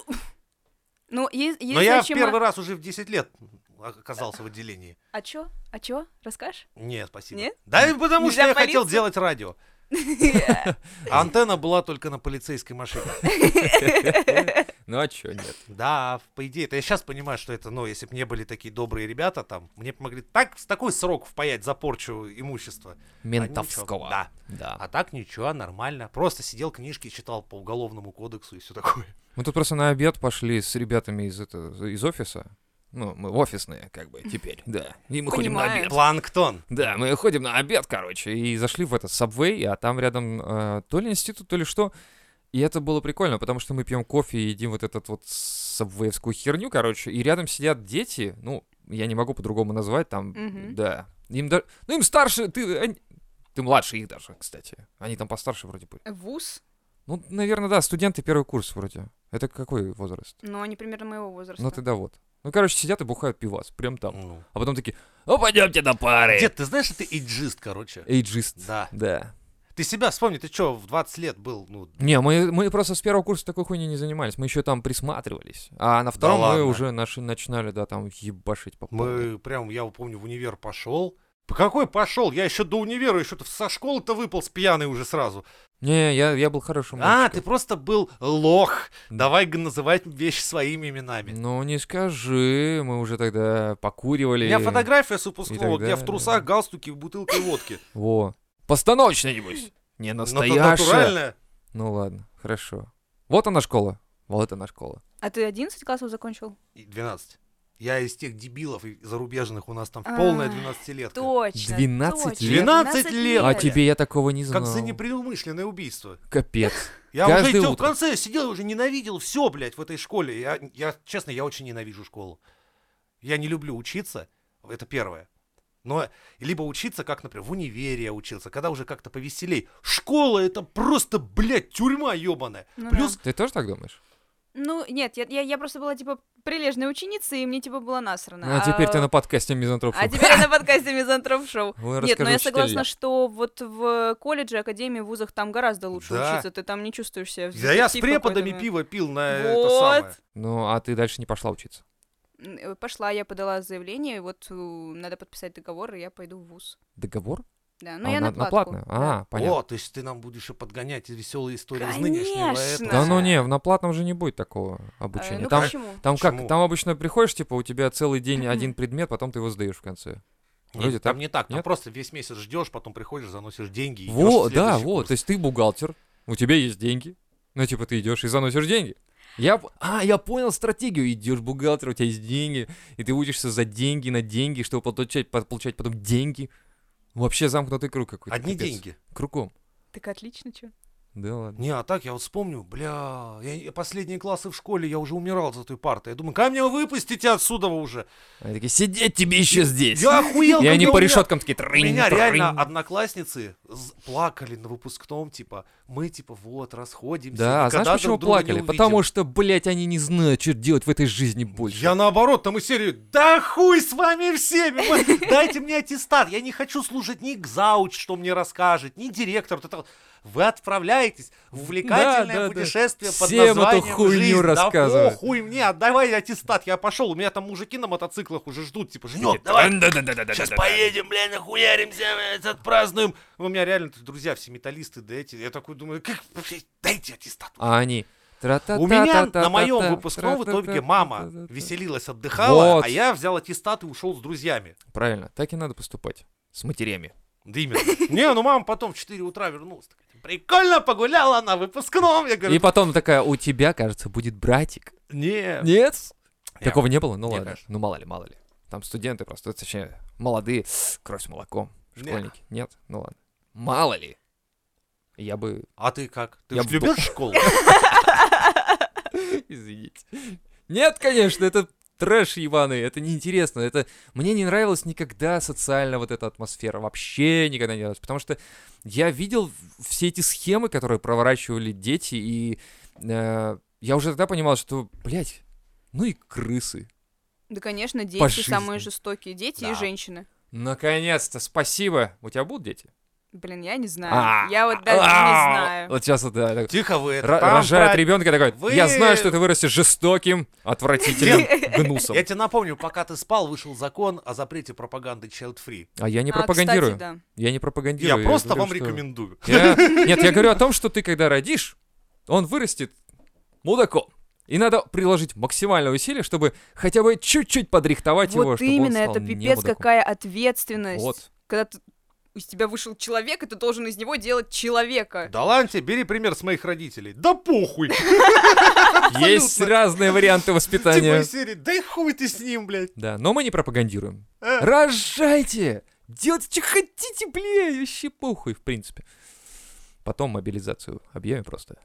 Speaker 4: ну, есть, есть
Speaker 1: Но я в
Speaker 4: зачем-
Speaker 1: первый раз уже в 10 лет оказался в отделении.
Speaker 4: А чё? А чё? Расскажешь?
Speaker 1: Нет, спасибо.
Speaker 4: Нет?
Speaker 1: Да и потому
Speaker 4: Нельзя
Speaker 1: что я
Speaker 4: в
Speaker 1: хотел
Speaker 4: полицию?
Speaker 1: делать радио. А Антенна была только на полицейской машине.
Speaker 3: Ну а чё, нет?
Speaker 1: Да, в- по идее, это я сейчас понимаю, что это, ну, если бы не были такие добрые ребята там, мне помогли так, с такой срок впаять за порчу имущества. А
Speaker 3: Ментовского.
Speaker 1: Да.
Speaker 3: Да.
Speaker 1: А так ничего, нормально. Просто сидел книжки, читал по уголовному кодексу и все такое.
Speaker 3: Мы тут просто на обед пошли с ребятами из, это, из офиса. Ну, мы офисные, как бы, теперь, да. И мы ходим на
Speaker 4: Понимаю.
Speaker 3: обед.
Speaker 1: Планктон.
Speaker 3: Да, мы ходим на обед, короче, и зашли в этот Subway, а там рядом э, то ли институт, то ли что. И это было прикольно, потому что мы пьем кофе и едим вот этот вот сабвеевскую херню, короче, и рядом сидят дети, ну, я не могу по-другому назвать, там,
Speaker 4: Мгм.
Speaker 3: да. Им да- Ну, им старше, ты, они- ты младше их даже, кстати. Они там постарше вроде были.
Speaker 4: Вуз?
Speaker 3: Ну, наверное, да, студенты первый курс вроде. Это какой возраст?
Speaker 4: Но Ну, они примерно моего возраста.
Speaker 3: Ну, тогда вот. Ну, короче, сидят и бухают пивас, прям там.
Speaker 1: Ну.
Speaker 3: А потом такие, ну, пойдемте на пары.
Speaker 1: Дед, ты знаешь, что ты иджист, короче?
Speaker 3: Эйджист.
Speaker 1: Да.
Speaker 3: Да.
Speaker 1: Ты себя вспомни, ты что, в 20 лет был, ну,
Speaker 3: Не, мы, мы просто с первого курса такой хуйней не занимались. Мы еще там присматривались. А на втором мы
Speaker 1: ладно?
Speaker 3: уже наши начинали, да, там ебашить по полной.
Speaker 1: Мы прям, я помню, в универ пошел. По какой пошел? Я еще до универа, еще со школы-то выпал с пьяный уже сразу.
Speaker 3: Не, я, я был хорошим
Speaker 1: А, ты
Speaker 3: мальчиком.
Speaker 1: просто был лох. Давай г- называть вещи своими именами.
Speaker 3: Ну, не скажи, мы уже тогда покуривали.
Speaker 1: У меня фотография с
Speaker 3: и
Speaker 1: выпускного,
Speaker 3: так
Speaker 1: где я в
Speaker 3: далее.
Speaker 1: трусах, галстуке, бутылкой водки.
Speaker 3: Во. Постановочная, небось. Не
Speaker 1: Но та-
Speaker 3: настоящая.
Speaker 1: натуральная.
Speaker 3: Ну ладно, хорошо. Вот она школа. Вот она школа.
Speaker 4: А ты 11 классов закончил?
Speaker 1: И 12. Я из тех дебилов и зарубежных, у нас там полная
Speaker 4: А,
Speaker 1: 12-летка.
Speaker 4: Точно.
Speaker 3: 12
Speaker 4: точно.
Speaker 3: лет?
Speaker 1: 12 лет.
Speaker 3: А
Speaker 1: Блядь.
Speaker 3: тебе я такого не знал.
Speaker 1: Как за непредумышленное убийство.
Speaker 3: Капец.
Speaker 1: Я
Speaker 3: Каждое
Speaker 1: уже идёл в
Speaker 3: утро.
Speaker 1: конце сидел, уже ненавидел все, блядь, в этой школе. Я, я, честно, я очень ненавижу школу. Я не люблю учиться, это первое. Но либо учиться, как, например, в универе я учился, когда уже как-то повеселей. Школа это просто, блядь, тюрьма ебаная.
Speaker 4: Ну да.
Speaker 1: Плюс,
Speaker 3: Ты тоже так думаешь?
Speaker 4: Ну, нет, я, я, я просто была, типа, прилежной ученицей, и мне, типа, было насрано.
Speaker 3: А теперь ты на подкасте мизантроп.
Speaker 4: А теперь я на подкасте Мизантроп Шоу.
Speaker 3: Ой,
Speaker 4: Нет, но
Speaker 3: расскажу
Speaker 4: я согласна,
Speaker 3: учителям.
Speaker 4: что вот в колледже, академии, вузах там гораздо лучше
Speaker 1: Да.
Speaker 4: учиться, ты там не чувствуешь себя. э, в
Speaker 1: да я с
Speaker 4: детектив
Speaker 1: преподами
Speaker 4: какой-то.
Speaker 1: пиво пил на это самое.
Speaker 4: Вот.
Speaker 3: Ну, а ты дальше не пошла учиться.
Speaker 4: М, э, Пошла, я подала заявление, и вот э, надо подписать договор, и я пойду в вуз.
Speaker 3: Договор? А,
Speaker 4: Да, но Ну, я
Speaker 3: на,
Speaker 4: на,
Speaker 3: на
Speaker 4: платку.
Speaker 3: платную?
Speaker 4: Да.
Speaker 3: А, понятно.
Speaker 1: О, то есть ты нам будешь и подгонять веселые истории из нынешнего
Speaker 4: Конечно.
Speaker 1: этого.
Speaker 3: Да ну
Speaker 4: Ага.
Speaker 3: не, в- на платном же не будет такого
Speaker 4: Э,
Speaker 3: обучения.
Speaker 4: ну
Speaker 3: там,
Speaker 4: почему?
Speaker 3: там как,
Speaker 1: Почему?
Speaker 3: там обычно приходишь, типа, у тебя целый день один предмет, потом ты его сдаешь в конце.
Speaker 1: Нет,
Speaker 3: Вроде
Speaker 1: там
Speaker 3: так.
Speaker 1: не так, там
Speaker 3: Нет?
Speaker 1: просто весь месяц ждешь, потом приходишь, заносишь деньги. и идёшь
Speaker 3: Во,
Speaker 1: в
Speaker 3: да,
Speaker 1: следующий
Speaker 3: вот,
Speaker 1: курс.
Speaker 3: то есть ты бухгалтер, у тебя есть деньги, ну типа ты идешь и заносишь деньги. Я, п- а, я понял стратегию, идешь бухгалтер, у тебя есть деньги, и ты учишься за деньги на деньги, чтобы получать, по- получать потом деньги. Вообще замкнутый круг какой-то.
Speaker 1: Одни
Speaker 3: капец.
Speaker 1: деньги.
Speaker 3: Кругом.
Speaker 4: Так отлично, что?
Speaker 3: Да ладно.
Speaker 1: Не, а так я вот вспомню, бля, я- я последние классы в школе, я уже умирал за той партой. Я думаю, когда меня выпустите отсюда уже?
Speaker 3: Они такие, сидеть тебе еще здесь.
Speaker 1: Я охуел,
Speaker 3: И они
Speaker 1: когда
Speaker 3: по
Speaker 1: у меня-
Speaker 3: решеткам такие,
Speaker 1: У
Speaker 3: трынь,
Speaker 1: меня реально
Speaker 3: трынь.
Speaker 1: одноклассницы з- плакали на выпускном, типа, мы, типа, вот, расходимся.
Speaker 3: Да, а
Speaker 1: никогда
Speaker 3: знаешь, почему
Speaker 1: друг друга не
Speaker 3: плакали?
Speaker 1: увидим».
Speaker 3: Потому что, блядь, они не знают, что делать в этой жизни больше.
Speaker 1: Я наоборот, там и серию «Да хуй с вами всеми! вы- Дайте мне аттестат! Я не хочу слушать ни Гзауч, что мне расскажет, ни директор». вот это вот. Вы отправляетесь в увлекательное
Speaker 3: да, да.
Speaker 1: путешествие под
Speaker 3: Всем эту
Speaker 1: названием
Speaker 3: хуйню
Speaker 1: «Жизнь». Да
Speaker 3: рассказывают.
Speaker 1: похуй мне, отдавай аттестат, я пошел. У меня там мужики на мотоциклах уже ждут, типа «Женек, давай Сейчас
Speaker 2: Сейчас
Speaker 1: поедем, бля, нахуяримся, бля, это отпразднуем. У меня реально тут друзья все металлисты, да эти. Я такой думаю, как, блядь, дайте аттестат.
Speaker 3: А они...
Speaker 1: У меня на моем выпускном в итоге мама веселилась, отдыхала,
Speaker 3: Вот.
Speaker 1: а я взял аттестат и ушел с друзьями.
Speaker 3: Правильно, так и надо поступать. С матерями.
Speaker 1: Да именно. Не, ну мама потом в 4 утра вернулась. такая, «Типа, Прикольно погуляла на выпускном. Я
Speaker 3: И
Speaker 1: говорю,
Speaker 3: потом такая, у тебя, кажется, будет братик.
Speaker 1: не.
Speaker 3: Нет?
Speaker 1: Не.
Speaker 3: Такого не было? Ну
Speaker 1: Не,
Speaker 3: ладно.
Speaker 1: конечно.
Speaker 3: Ну мало ли, мало ли. Там студенты просто, точнее, молодые, кровь с молоком.
Speaker 1: Не.
Speaker 3: Школьники. Нет? Ну ладно. Мало ли. Я бы...
Speaker 1: А ты как? Ты
Speaker 3: Я
Speaker 1: ж
Speaker 3: в
Speaker 1: любишь школу?
Speaker 3: Извините. Нет, конечно, это трэш ебаный, это неинтересно, это... Мне не нравилась никогда социальная вот эта атмосфера, вообще никогда не нравилась, потому что я видел в- все эти схемы, которые проворачивали дети, и э, я уже тогда понимал, что, блядь, ну и крысы.
Speaker 4: Да, конечно, дети
Speaker 3: По жизни.
Speaker 4: самые жестокие, дети
Speaker 1: Да.
Speaker 4: и женщины.
Speaker 3: Наконец-то, спасибо. У тебя будут дети?
Speaker 4: Блин, я не знаю.
Speaker 3: А,
Speaker 4: Я вот даже не
Speaker 3: ау.
Speaker 4: знаю.
Speaker 3: Вот сейчас вот, да, так,
Speaker 1: Тихо вы. это
Speaker 3: ро-
Speaker 1: там,
Speaker 3: рожает
Speaker 1: брат.
Speaker 3: ребенка такой, я
Speaker 1: Вы-
Speaker 3: знаю, что ты вырастешь жестоким, отвратительным гнусом.
Speaker 1: Я тебе напомню, пока ты спал, вышел закон о запрете пропаганды Child Free.
Speaker 3: А я не
Speaker 4: А, кстати,
Speaker 3: пропагандирую.
Speaker 4: да.
Speaker 3: Я не
Speaker 1: Я
Speaker 3: пропагандирую.
Speaker 1: просто
Speaker 3: говорю,
Speaker 1: вам
Speaker 3: что-
Speaker 1: рекомендую.
Speaker 3: Я- Нет, я говорю о том, что ты когда родишь, он вырастет мудаком. И надо приложить максимальное усилие, чтобы хотя бы чуть-чуть подрихтовать его,
Speaker 4: Вот
Speaker 3: чтобы он
Speaker 4: именно,
Speaker 3: стал
Speaker 4: это
Speaker 3: не
Speaker 4: пипец,
Speaker 3: мудаком.
Speaker 4: какая ответственность.
Speaker 3: Вот.
Speaker 4: Когда ты- из тебя вышел человек, и ты должен из него делать человека.
Speaker 1: Да ладно тебе, бери пример с моих родителей. Да похуй!
Speaker 3: Есть разные варианты
Speaker 1: Типа
Speaker 3: воспитания.
Speaker 1: из серии, да и хуй ты с ним, блядь.
Speaker 3: Да, но мы не пропагандируем.
Speaker 1: Э.
Speaker 3: Рожайте! Делайте, что хотите, блядь, вообще похуй, в принципе. Потом мобилизацию объявим просто.